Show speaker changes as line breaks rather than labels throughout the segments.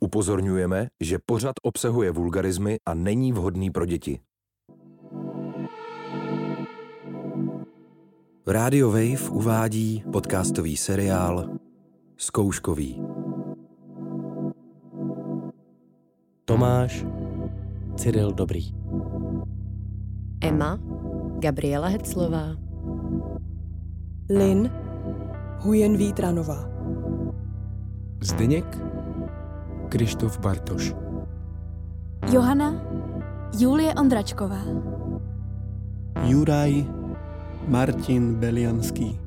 Upozorňujeme, že pořad obsahuje vulgarizmy a není vhodný pro děti. Radio Wave uvádí podcastový seriál Zkouškový.
Tomáš Cyril Dobrý.
Emma Gabriela Heclová.
Lin Hujen Vítranová.
Zdeněk Krištof Bartoš
Johana Julie Ondračková.
Juraj Martin Belianský.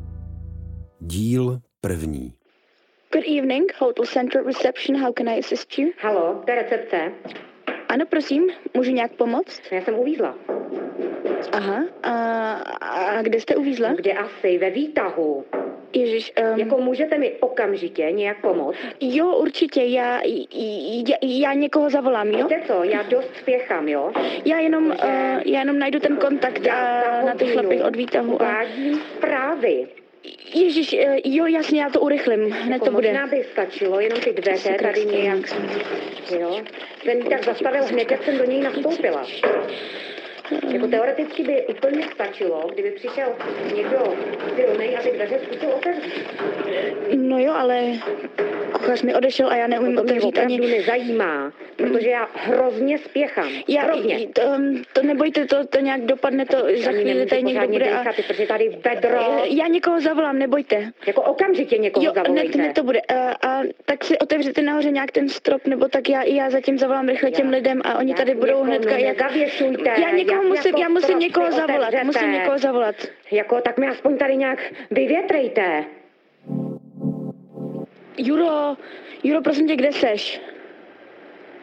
Díl první.
Good evening, Hotel Center Reception, how can I assist you?
Halo, to je recepce.
Ano, prosím, můžu nějak pomoct?
Já jsem uvízla.
Aha, a, a kde jste uvízla?
Kde asi? Ve výtahu.
Ježíš, um,
Jako můžete mi okamžitě nějak pomoct?
jo, určitě, já, já, já někoho zavolám, jo?
Víte co, já dost spěchám, jo?
Já jenom, uh, já jenom najdu ten kontakt a na těch chlapech od výtahu. A...
Vádím zprávy.
Ježíš, eh, jo, jasně, já to urychlím, hned to bude.
Jako Možná by stačilo, jenom ty dveře tady nějak, jo? Ten mi tak zastavil hned, jak jsem do něj nastoupila. Jako teoreticky by úplně stačilo, kdyby přišel někdo silnej a ty dveře zkusil otevřít.
No jo, ale kuchař mi odešel a já neumím
No To mě
otevřít ani...
opravdu nezajímá, protože já hrozně spěchám.
Já,
hrozně.
to, ehm, to nebojte, to, to nějak dopadne, to za
Ani
chvíli
nemůžu
tady někdo
pořádně
bude a...
dýchat, protože tady vedro.
Já někoho zavolám, nebojte.
Jako okamžitě někoho
Jo, hned,
zavolejte.
hned to bude. A, a tak si otevřete nahoře nějak ten strop, nebo tak já i já zatím zavolám rychle těm lidem a oni
Já
tady budou
někomu
hnedka. Jak...
nezavěšujte,
Já někoho
jak
musím,
jako
já musím
strop
někoho
si
zavolat,
otevřete.
musím někoho zavolat.
Jako, tak mi aspoň tady nějak vyvětrejte.
Juro, Juro, prosím tě, kde seš?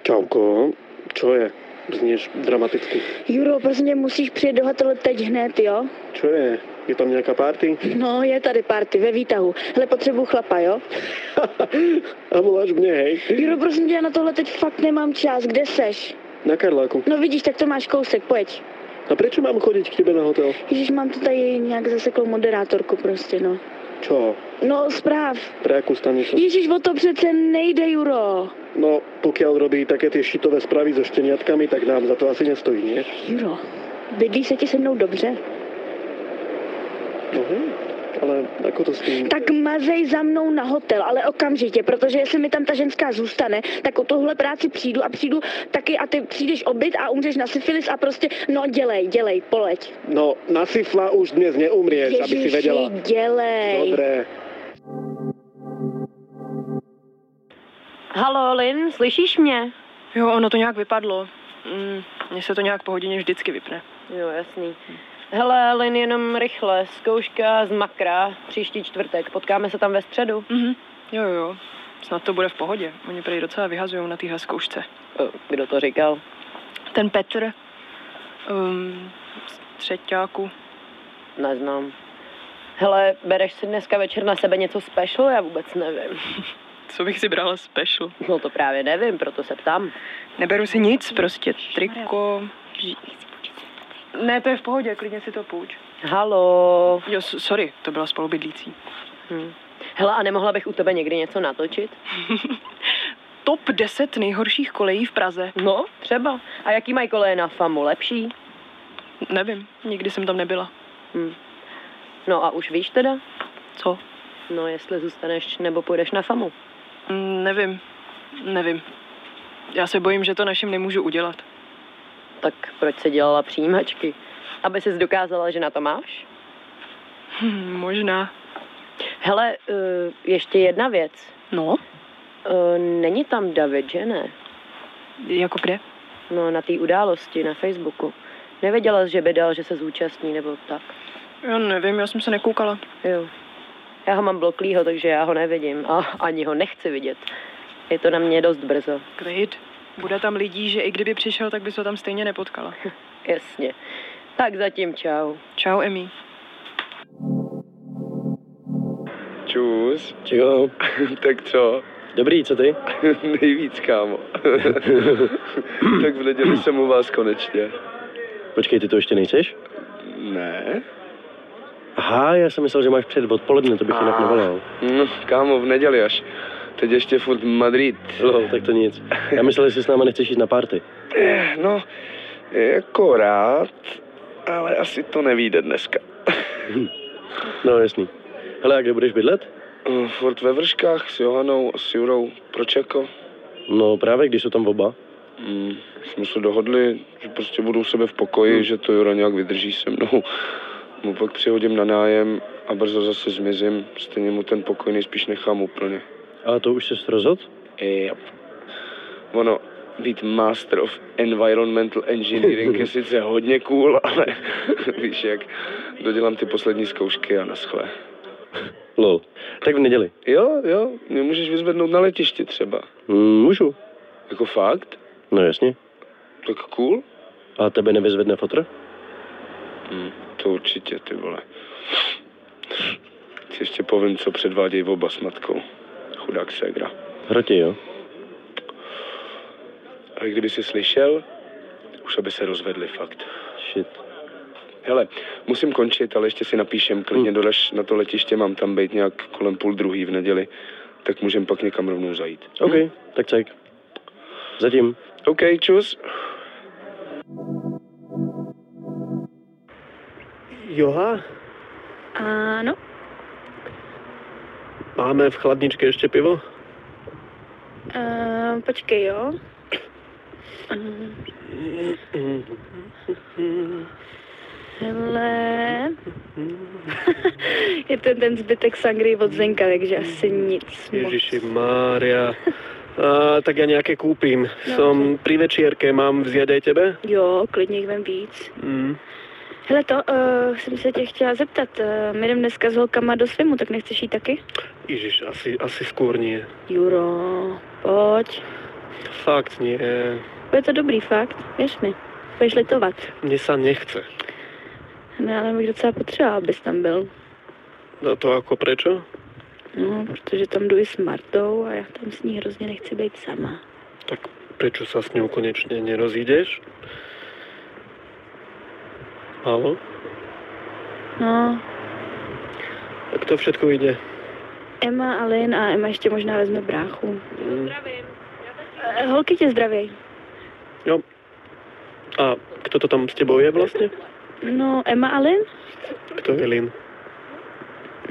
Čauko, čo je? Zněš dramaticky.
Juro, prosím tě, musíš přijet do hotelu teď hned, jo?
Čo je? Je tam nějaká party?
No, je tady party ve výtahu. Hele, potřebuju chlapa, jo?
A voláš mě, hej?
Juro, prosím tě, já na tohle teď fakt nemám čas. Kde seš?
Na Karláku.
No vidíš, tak to máš kousek, pojď.
A proč mám chodit k tebe na hotel?
Ježíš, mám tu tady nějak zaseklou moderátorku prostě, no.
Čo?
No, zpráv.
Pre akú stanicu?
Ježíš, o to přece nejde, Juro.
No, pokiaľ robí také ty šitové spravy so šteniatkami, tak nám za to asi nestojí, nie?
Juro, bydlí se ti se mnou dobře?
No hej, ale ako to s tým?
Tak mazej za mnou na hotel, ale okamžitě, protože jestli mi tam ta ženská zůstane, tak o tohle práci přijdu a přijdu taky a ty přijdeš obyt a umřeš na syfilis a prostě, no dělej, dělej, poleď.
No, na sifla už dnes neumrieš, aby si vedela.
dělej.
Dobré.
Halo, Lin, slyšíš mě?
Jo, ono to nějak vypadlo. Mm, Mně se to nějak po hodině vždycky vypne.
Jo, jasný. Hele, Lin, jenom rychle. Zkouška z Makra, příští čtvrtek. Potkáme se tam ve středu.
Mhm. Jo, jo, jo. Snad to bude v pohodě. Oni prej docela vyhazují na téhle zkoušce.
O, Kdo to říkal?
Ten Petr, um, z třetíku.
Neznám. Hele, bereš si dneska večer na sebe něco special? Já vůbec nevím.
Co bych si brala special?
No to právě nevím, proto se ptám.
Neberu si nic, prostě triko. ži- Ne, to je v pohodě, klidně si to půjč.
Halo.
Jo, s- sorry, to byla spolubydlící.
Hm. Hele, a nemohla bych u tebe někdy něco natočit?
Top 10 nejhorších kolejí v Praze.
No, třeba. A jaký mají koleje na FAMu? Lepší?
Nevím, nikdy jsem tam nebyla.
Hm. No a už víš teda?
Co?
No, jestli zůstaneš nebo půjdeš na FAMu.
Mm, Nevím, nevím. Já se bojím, že to našim nemůžu udělat.
Tak proč se dělala přijímačky? Aby ses dokázala, že na to máš?
Hm, možná.
Hele, eh, ještě jedna věc.
No?
Eh, Není tam David, že ne?
Jako kde?
No, na té události na Facebooku. Nevěděla jsi, že by dal, že se zúčastní nebo tak.
Já nevím, já jsem se nekoukala.
Jo. Já ho mám bloklýho, takže já ho nevidím a ani ho nechci vidět. Je to na mě dost brzo.
Klid. Bude tam lidí, že i kdyby přišel, tak by se tam stejně nepotkala.
Jasně. Tak zatím čau.
Čau, Emi.
Čus.
Čau.
tak co?
Dobrý, co ty?
Nejvíc, kámo. tak v neděli jsem u vás konečně.
Počkej, ty to ještě nejseš?
Ne?
Aha, já jsem myslel, že máš před odpoledne, to bych jinak
Ah.
nevolal.
No, kámo, v neděli až. Teď ještě furt Madrid.
No, tak to nic. Já myslel, jestli s náma nechceš jít na party.
Eh, No, jako rád, ale asi to nevíde dneska.
No, jasný. Hele, a kde budeš bydlet?
Eh, Furt ve Vrškách s Johanou a s Jurou. Proč jako?
No, právě když jsou tam oba.
Mm, jsme se dohodli, že prostě budu u sebe v pokoji,
Hmm.
že to Jura nějak vydrží se mnou. Mu pak přihodím na nájem a brzo zase zmizím. Stejně mu ten pokoj nejspíš nechám úplně. Eh,
A to už jsi rozhodl?
Yep. Ono, být master of environmental engineering je sice hodně cool, ale víš jak, dodělám ty poslední zkoušky a naschle.
Lol. Tak v neděli.
Jo, jo, mě můžeš vyzvednout na letišti třeba.
Mm, můžu.
Jako fakt?
No jasně.
Tak cool?
A tebe nevyzvedne fotr?
Hm, to určitě, ty vole. Ti Ještě povím, co předvádějí oba s matkou. Chudák ségra.
Hrotě, jo.
A kdyby si slyšel, už aby se rozvedli fakt.
Shit.
Hele, musím končit, ale ještě si napíšem,
Hm.
klidně dodaš na to letiště, mám tam být nějak kolem půl druhý v neděli, tak můžem pak někam rovnou zajít. Hm?
OK, tak cajk. Zatím.
OK, čus.
Joha,
Ano,
máme v chladničce ještě pivo?
uh, počkej, jo. Hele. Je to ten zbytek sangry od Zenka, takže asi nic moc.
Ježiši Mária. A, tak já nějaké koupím. Som pri večierke, mám vzjadej tebe?
Jo, klidně jich vem víc.
Mm.
Hele, to uh, jsem se tě chtěla zeptat. Uh, my jdem dneska s holkama do svimu, tak nechceš jít taky?
Ježiš, asi, asi skôr nie.
Juro, pojď.
Fakt nie.
Bude to dobrý fakt, věř mi. Budeš litovat.
Mne sa nechce.
No, ale bych docela potřebovala, abys tam byl.
No to ako prečo?
No, protože tam jdu i s Martou a já tam s ní hrozně nechci být sama.
Prečo sa s ňou konečne nerozídeš? Halo?
No,
Tak to všetko ide.
Emma a Lin a Emma ještě možná vezme bráchu.
Mm.
Eh, Holky tě zdraví.
A kto to tam s tebou je vlastne?
No, Emma a Lin?
Kto je Lin?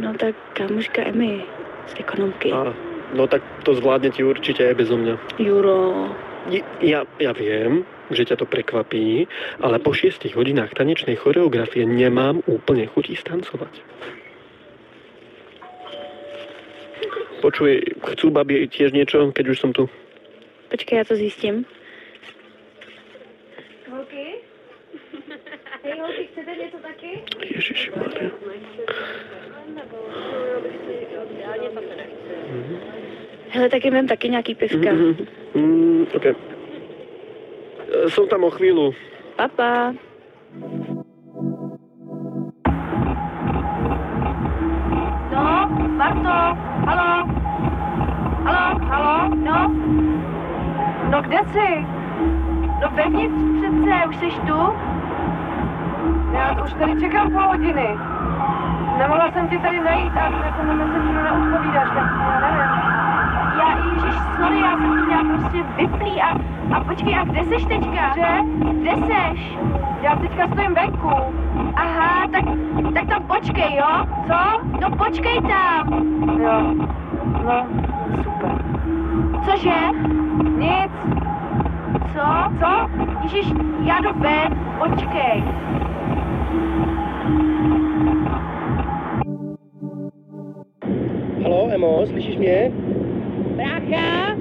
No tak kámoška Emmy z ekonomky.
A, no tak to zvládne ti určite aj bezo mňa.
Juro.
J- Ja, ja viem, že ťa to prekvapí, ale po šiestich hodinách tanečnej choreografie nemám úplne chuť ísť tancovať. Počuj, chcú babi tiež niečo, keď už som tu?
Počkej, já to zjistím. Holky? Hej, holky, chcete něco taky?
Ježiši, Maria.
Hele, tak jim taky nějaký pivka.
Mhm. Mm, OK. E, Som tam o chvíľu.
Papa.
No, Marto, halo? Halo, halo, no? No kde jsi? No vevnitř přece, už jsi tu? Já už tady čekám půl hodiny. Nemohla jsem tě tady najít a na ten messengeru neodpovídáš, tak já nevím. Já, ježiš, sorry, já jsem to měla prostě vyplý a, a počkej, a kde seš teďka? Že? Kde seš? Já teďka stojím venku. Aha, tak, tak tam počkej, jo? Co? No počkej tam. Jo, no, super. Cože? Nic. Co? Co? Ježiš, já jdu ven, počkej.
Halo, Emo, slyšíš mě?
Brácha,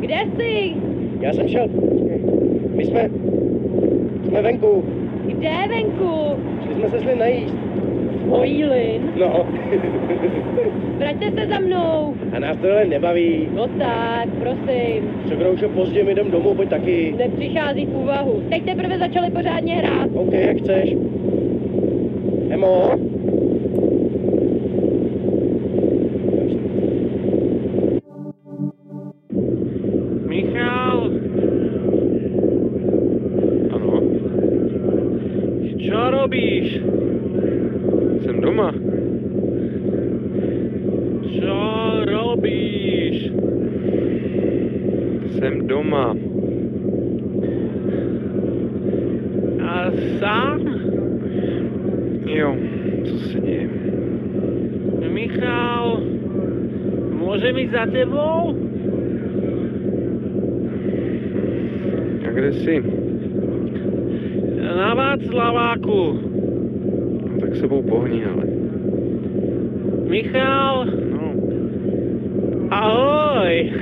kde jsi?
Já jsem šel. My jsme... Jsme venku.
Kde venku?
Šli jsme se šli najíst.
Ojlin,
No.
vraťte se za mnou.
A nás tohle nebaví.
No tak, prosím,
Překrou už pozdě, my jdem domů, pojď taky.
nepřichází k úvahu. Teď teprve začali pořádně hrát.
OK, jak chceš. Emo?
Michal? Ano? Čo robíš? Jsem doma. Čo robíš? Jsem doma. A sám? Jo, co se děje?
Michal, můžeme jít za tebou?
A kde jsi?
Na Václaváku.
No, tak sebou pohni, ale.
Michal? No. Ahoj.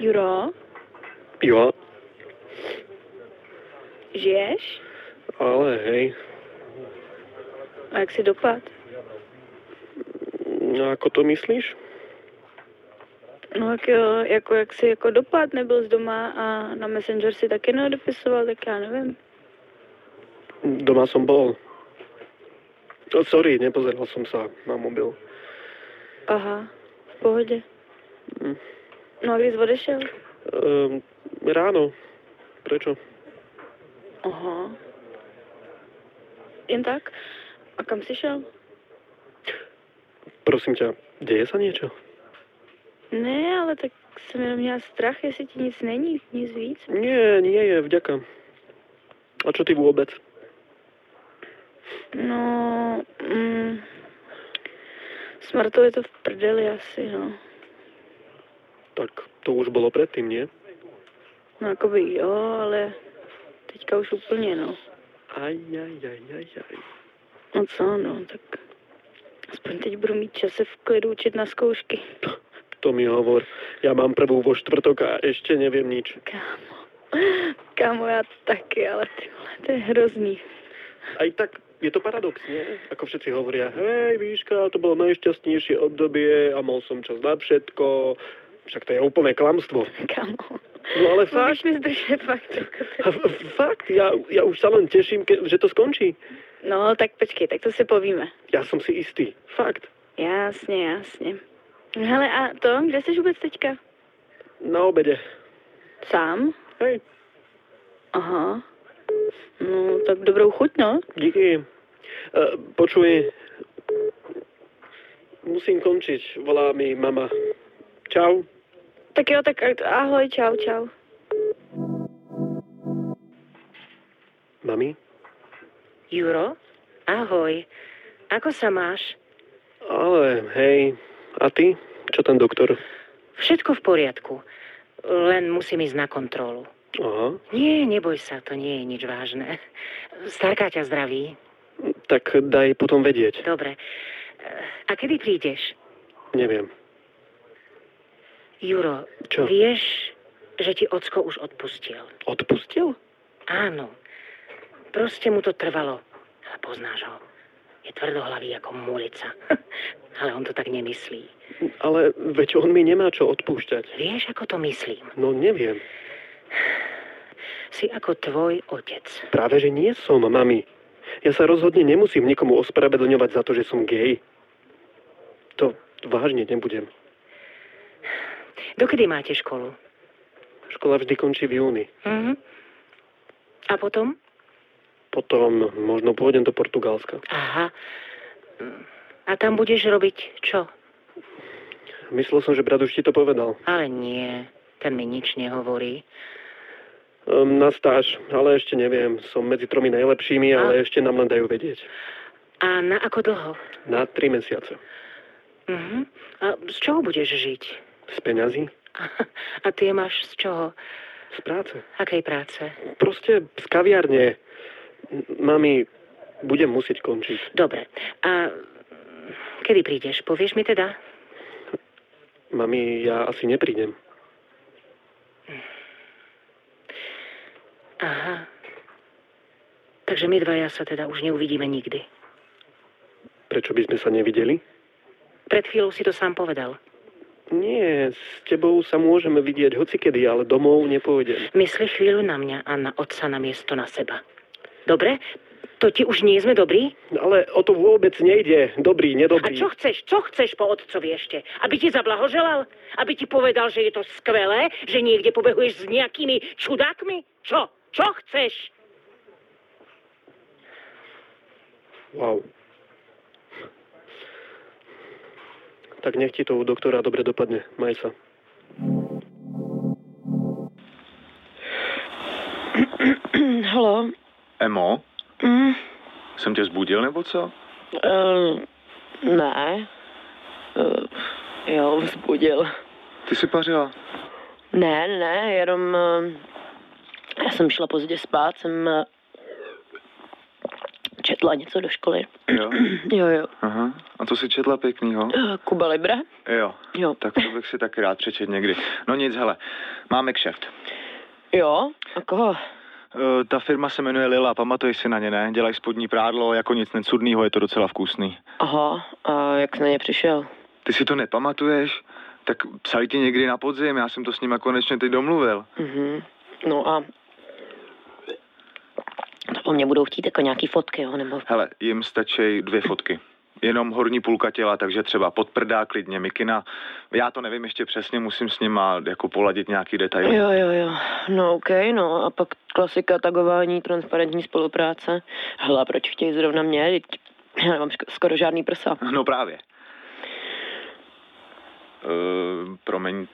Juro,
Jo,
žiješ?
ale hej,
A jak si dopad?
no ako to myslíš?
No jak, jo, jako jak si jako dopad nebyl z doma a na Messenger si taky neodepisoval, tak já nevím.
Doma som bol. Oh, sorry, nepozeral som sa na mobil.
Aha, v pohodě.
Hm.
No a kdy jsi odešel?
Ehm, ráno. Prečo?
Aha. Jen tak? A kam jsi šel?
Prosím ťa, deje sa niečo?
Ne, ale tak jsem jenom měla strach, jestli ti nic není, nic víc.
Nie, nie je, vďaka. A čo ty vôbec?
No, mm, s Martou je to v prdeli asi, no.
Tak to už bolo predtým, nie?
No, jakoby jo, ale teďka už úplně, no.
Aj, aj, aj, aj, aj.
No co, no, tak aspoň teď budu mít čas se v klidu učit na zkoušky.
To mi hovor. Ja mám prvú vo štvrtok a ešte neviem nič.
Kámo, já taky, ale ty vole, to je hrozný.
Aj tak je to paradox, nie? Ako všetci hovoria, hej, výška, to bolo najšťastnejšie obdobie a mal som čas na všetko. Však to je úplné klamstvo.
Kámo.
No ale fakt,
Musíš mi zdržet fakt. jako
a
to-
f- fakt, ja, ja už sa len teším, ke, že to skončí.
No, tak počkej, tak to si povíme.
Ja som si istý. Fakt.
Jasně, jasně. No Hele, a to, kde jsi vůbec teďka?
Na obede.
Sám?
Hej.
Aha. No, tak dobrou chuť, no.
Díky. E, počuj, musím končiť. Volá mi mama. Čau.
Tak jo, tak ahoj, čau, čau.
Mami?
Juro, ahoj. Ako sa máš?
Ale hej, a ty? Čo ten doktor?
Všetko v poriadku. Len musím ísť na kontrolu.
Aha.
Nie, neboj sa, to nie je nič vážne. Starka ťa zdraví.
Tak daj potom vedieť.
No.
Dobre. E, A kedy prídeš?
Neviem.
Juro,
Čo?
vieš, že ti ocko už odpustil.
Odpustil?
Áno. Proste mu to trvalo. Ale poznáš ho. Je tvrdohlavý ako mulica. Ale on to tak nemyslí.
Ale veď on mi nemá čo odpúšťať.
Vieš, ako to myslím?
No neviem.
Si ako tvoj otec.
Práve, že nie som, mami. Ja sa rozhodne nemusím nikomu ospravedlňovať za to, že som gej. To vážne nebudem.
Dokedy máte školu?
Škola vždy končí v júni.
Mhm. A potom?
Potom možno pôjdem do Portugalska.
Aha. Mm. A tam budeš robiť čo?
Myslel som, že brat už ti to povedal.
Ale nie, ten mi nič nehovorí.
Um, na stáž, ale ešte neviem. Som medzi tromi najlepšími, ale ešte nám len dajú vedieť.
A na ako dlho?
Na tri mesiace.
Mhm. A z čoho budeš žiť?
Z peňazí?
A ty máš z čoho?
Z práce.
Akej práce?
Proste z kaviarne. M- Mami, budem musieť končiť.
Dobre. A kedy prídeš? Povieš mi teda?
Mami, ja asi neprídem.
Aha. Takže my dvaja sa teda už neuvidíme nikdy.
Prečo by sme sa nevideli?
Pred chvíľou si to sám povedal.
Nie, s tebou sa môžeme vidieť hocikedy, ale domov nepôjdem.
Mysli chvíľu na mňa a na otca na miesto na seba. Dobre? To ti už nie sme dobrí?
Ale o to vôbec nejde. Dobrý,
A
nedobrý.
čo chceš? Čo chceš po otcovi ešte? Aby ti zablahoželal? Aby ti povedal, že je to skvelé? Že niekde pobehuješ s nejakými čudákmi? Čo? Čo chceš?
Wow. tak nech ti to u doktora dobre dopadne. Maj sa.
Halo?
Emo,
Mm,
jsem tě zbudil nebo co?
uh, ne. Uh, jo, vzbudil.
Ty jsi pařila?
Ne, ne, jenom... eh, Já jsem šla pozdě spát, jsem eh, četla něco do školy.
Jo.
Jo, jo.
Aha. A co jsi četla pěknýho?
Eh, Kuba Libre?
Jo.
Jo.
Tak to bych si taky rád přečet někdy. No nic, hele, máme kšeft.
Jo? A koho?
E, ta firma se jmenuje Lila, pamatuješ si na ně, ne? Dělají spodní prádlo, jako nic necudnýho, je to docela vkusný.
Aha, a jak jsi na ně přišel?
Ty si to nepamatuješ? Tak psali ti někdy na podzim, já jsem to s nima konečně teď domluvil.
Mhm. No a... To po mně budou chtít jako nějaký fotky, jo? Nebo...
Hele, jim stačí dvě fotky. Jenom horní půlka těla, takže třeba podprdá, klidně mikina. Já to nevím ještě přesně, musím s nima jako poladit nějaký detaily.
Jo, jo, jo. No, OK, no. A pak klasika tagování, transparentní spolupráce. Hele, a proč chtějí zrovna mě? Vždyť Já nemám ško- skoro žádný prsa.
No právě. Uh, promiň.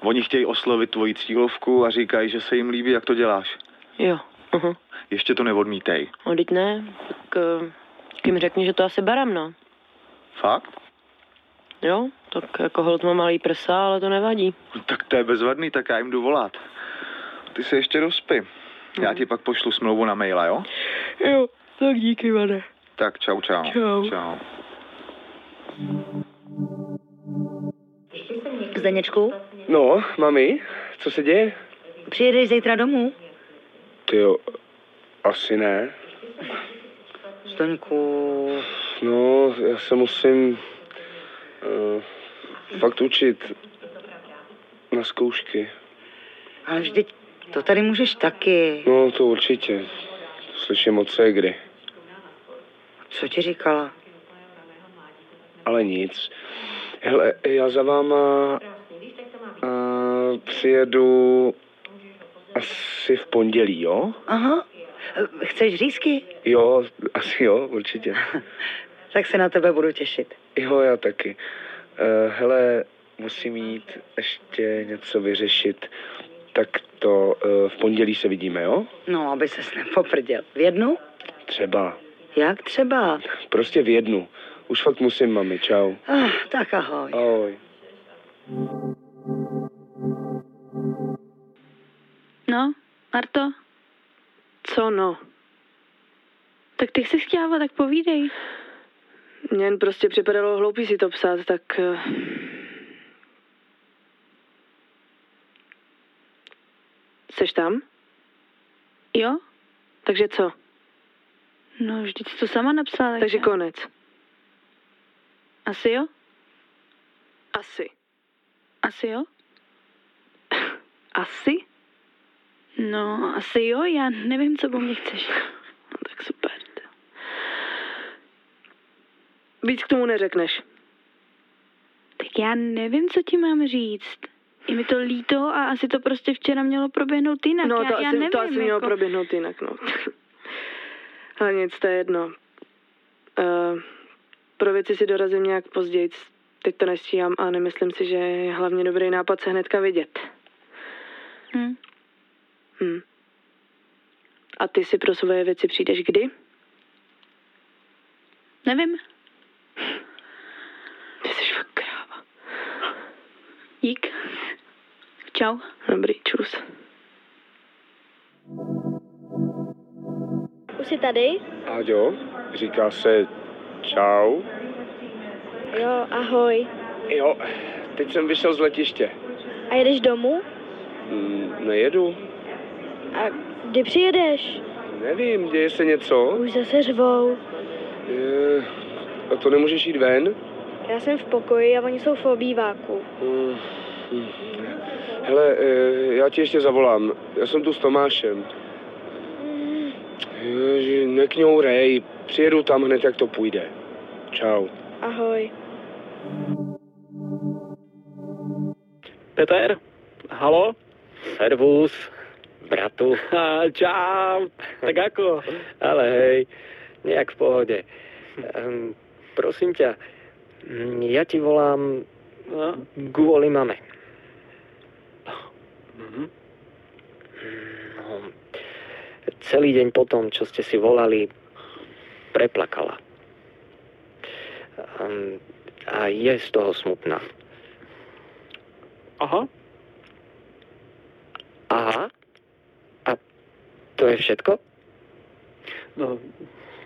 Oni chtějí oslovit tvoji cílovku a říkají, že se jim líbí, jak to děláš.
Jo. Aha.
Ještě to neodmítej.
A teď ne. Tak eh, tak jim řekni, že to asi berem, no.
Fakt?
Jo? Tak jako hold má malý prsa, ale to nevadí.
No, tak to je bezvadný, tak já jim jdu volat. Ty se ještě rozpi. Já ti pak pošlu smlouvu na maila, jo?
Jo, tak díky, vane.
Tak čau, čau.
Čau.
čau.
Zdeněčku,
No, mami, co se děje?
přijedeš zítra domů?
Ty jo, asi ne.
Zdeňku,
No, já se musím uh, fakt učit na zkoušky.
ale vždyť to tady můžeš taky.
No, to určitě. To Slyším od kdy.
Co ti říkala?
Ale nic. Hele, já za váma uh, přijedu asi v pondělí, jo?
Aha, chceš řízky?
Jo, asi jo, určitě.
Tak se na tebe budu těšit.
Jo, já taky. Uh, hele, musím jít ještě něco vyřešit. Tak to uh, v pondělí se vidíme, jo?
No, aby ses nepoprděl. V jednu?
Třeba.
Jak třeba?
Prostě v jednu. Už fakt musím, mami. Čau.
Ah, tak ahoj.
Ahoj.
No, Marto? Co no? Tak ty jsi chtěla, tak povídej. Mně jen prostě připadalo hloupý si to psát, tak... eh, Seš tam? Jo? Takže co? No, vždyť jsi to sama napsala. Takže konec. Asi jo? Asi. Asi jo? Asi? No, asi jo, já nevím, co po mně chceš. No, tak super. Víc k tomu neřekneš. Tak já nevím, co ti mám říct. Je mi to líto a asi to prostě včera mělo proběhnout jinak.
No,
já,
to
já
asi- to
nevím,
asi mělo
jako... proběhnout jinak, no. Ale nic, to je jedno. Uh, pro věci si dorazím nějak později. Teď to nestíhám a nemyslím si, že je hlavně dobrý nápad se hnedka vidět. Hm. Hm. A ty si pro svoje věci přijdeš kdy? Nevím. Ty jsi fakt kráva. Dík. Čau. Dobrý, čus.
Už jsi tady?
Áďo, říká se čau.
Jo, ahoj.
Jo, teď jsem vyšel z letiště.
A jedeš domů?
Mm, nejedu.
A kdy přijedeš?
Nevím, děje se něco.
Už zase řvou.
Je, Eh, a to nemůžeš jít ven?
Já jsem v pokoji a oni jsou v obýváku.
Mm, mm. Hele, eh, já ti ještě zavolám. Já jsem tu s Tomášem. Eh, Ježi, nekňourej. Přijedu tam hned, jak to půjde. Čau.
Ahoj.
Peter? Halo?
Servus, bratu.
A, čau. Tak ako? Ehm,
Ale hej, nejak v pohode. Um, prosím ťa, Mm, Já ti volám kvůli mame.
Mhm.
No, celý deň potom, čo ste si volali, preplakala. Um, A je z toho smutná.
Aha.
Aha. A to je všetko?
No,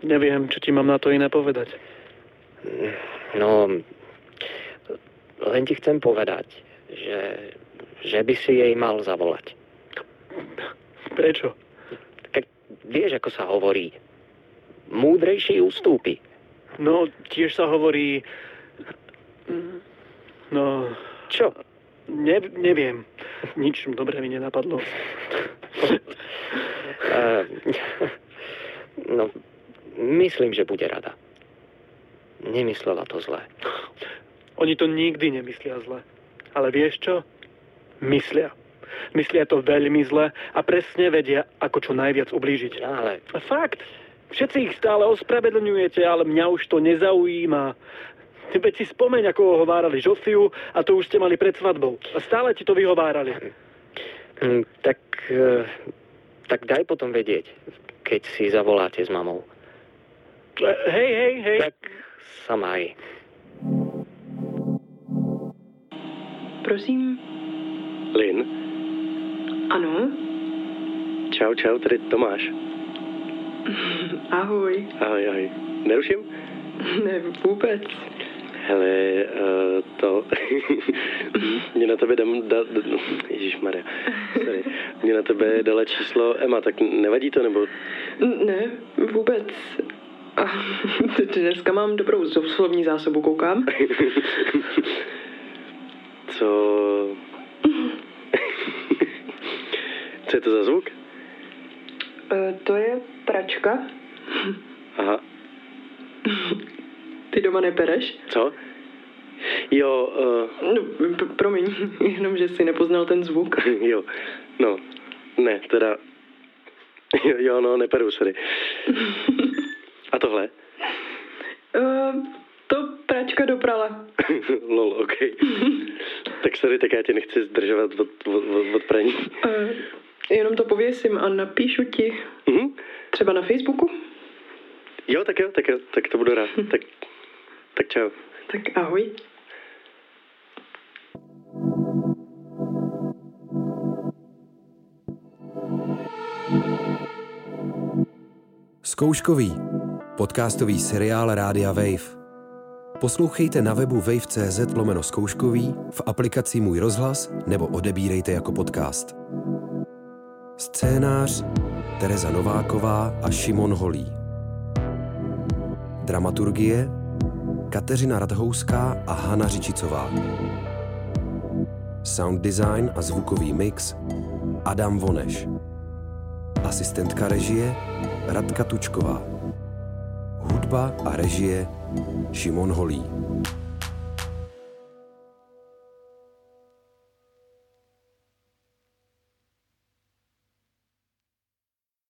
neviem, čo ti mám na to iné povedať.
No, len ti chcem povedať, že, že by si jej mal zavolať.
Prečo?
Tak vieš, ako sa hovorí. Múdrejší ústúpi.
No, tiež sa hovorí... No...
Čo?
Ne, neviem. Nič dobre mi nenapadlo.
Eh, no, myslím, že bude rada. Nemyslela to zle.
Oni to nikdy nemyslia zle. Ale vieš čo? Myslia. Myslia to veľmi zle a presne vedia, ako čo najviac ublížiť.
No, Ale...
Fakt. Všetci ich stále ospravedlňujete, ale mňa už to nezaujíma. Veď si spomeň, ako ohovárali Žofiu a to už ste mali pred svadbou. A stále ti to vyhovárali.
Hm, Tak, eh, tak daj potom vedieť, keď si zavoláte s mamou.
Eh, Hej, hej, hej.
Tak sama aj.
Prosím?
Lin,
Ano?
čau, čau, tady Tomáš.
Ahoj.
Ahoj, ahoj. Neruším?
Ne, vůbec.
Hele, uh, to... mě na tebe dám... Da... Ježišmarja, sorry. Mě na tebe dala číslo Ema, tak nevadí to, nebo...
N- Ne, vůbec. A dneska mám dobrou zo- slovní zásobu, koukám.
Co... Co je to za zvuk?
E, to je pračka.
Aha,
Ty doma nepereš?
co? Jo, uh,
No, p- promiň, jenom, že si nepoznal ten zvuk.
jo, no, ne, teda... Jo, jo no, neperu, sorry. A tohle?
E, to pračka doprala.
Lol, ok. tak sorry, tak já tě nechci zdržovat od, od, od, od praní.
E, jenom to pověsím a napíšu ti.
Mhm.
Třeba na Facebooku?
Jo, tak jo, tak jo, tak to budu rád. tak, tak čau.
Tak ahoj.
Zkouškový. Podcastový seriál Rádia Wave. Poslouchejte na webu wave.cz lomeno zkouškový, v aplikaci Můj rozhlas nebo odebírejte jako podcast. Scénář Tereza Nováková a Šimon Holí. Dramaturgie Kateřina Radhouská a Hana Řičicová. Sound design a zvukový mix Adam Voneš. Asistentka režie Radka Tučková. Hudba a režie Šimon Holí.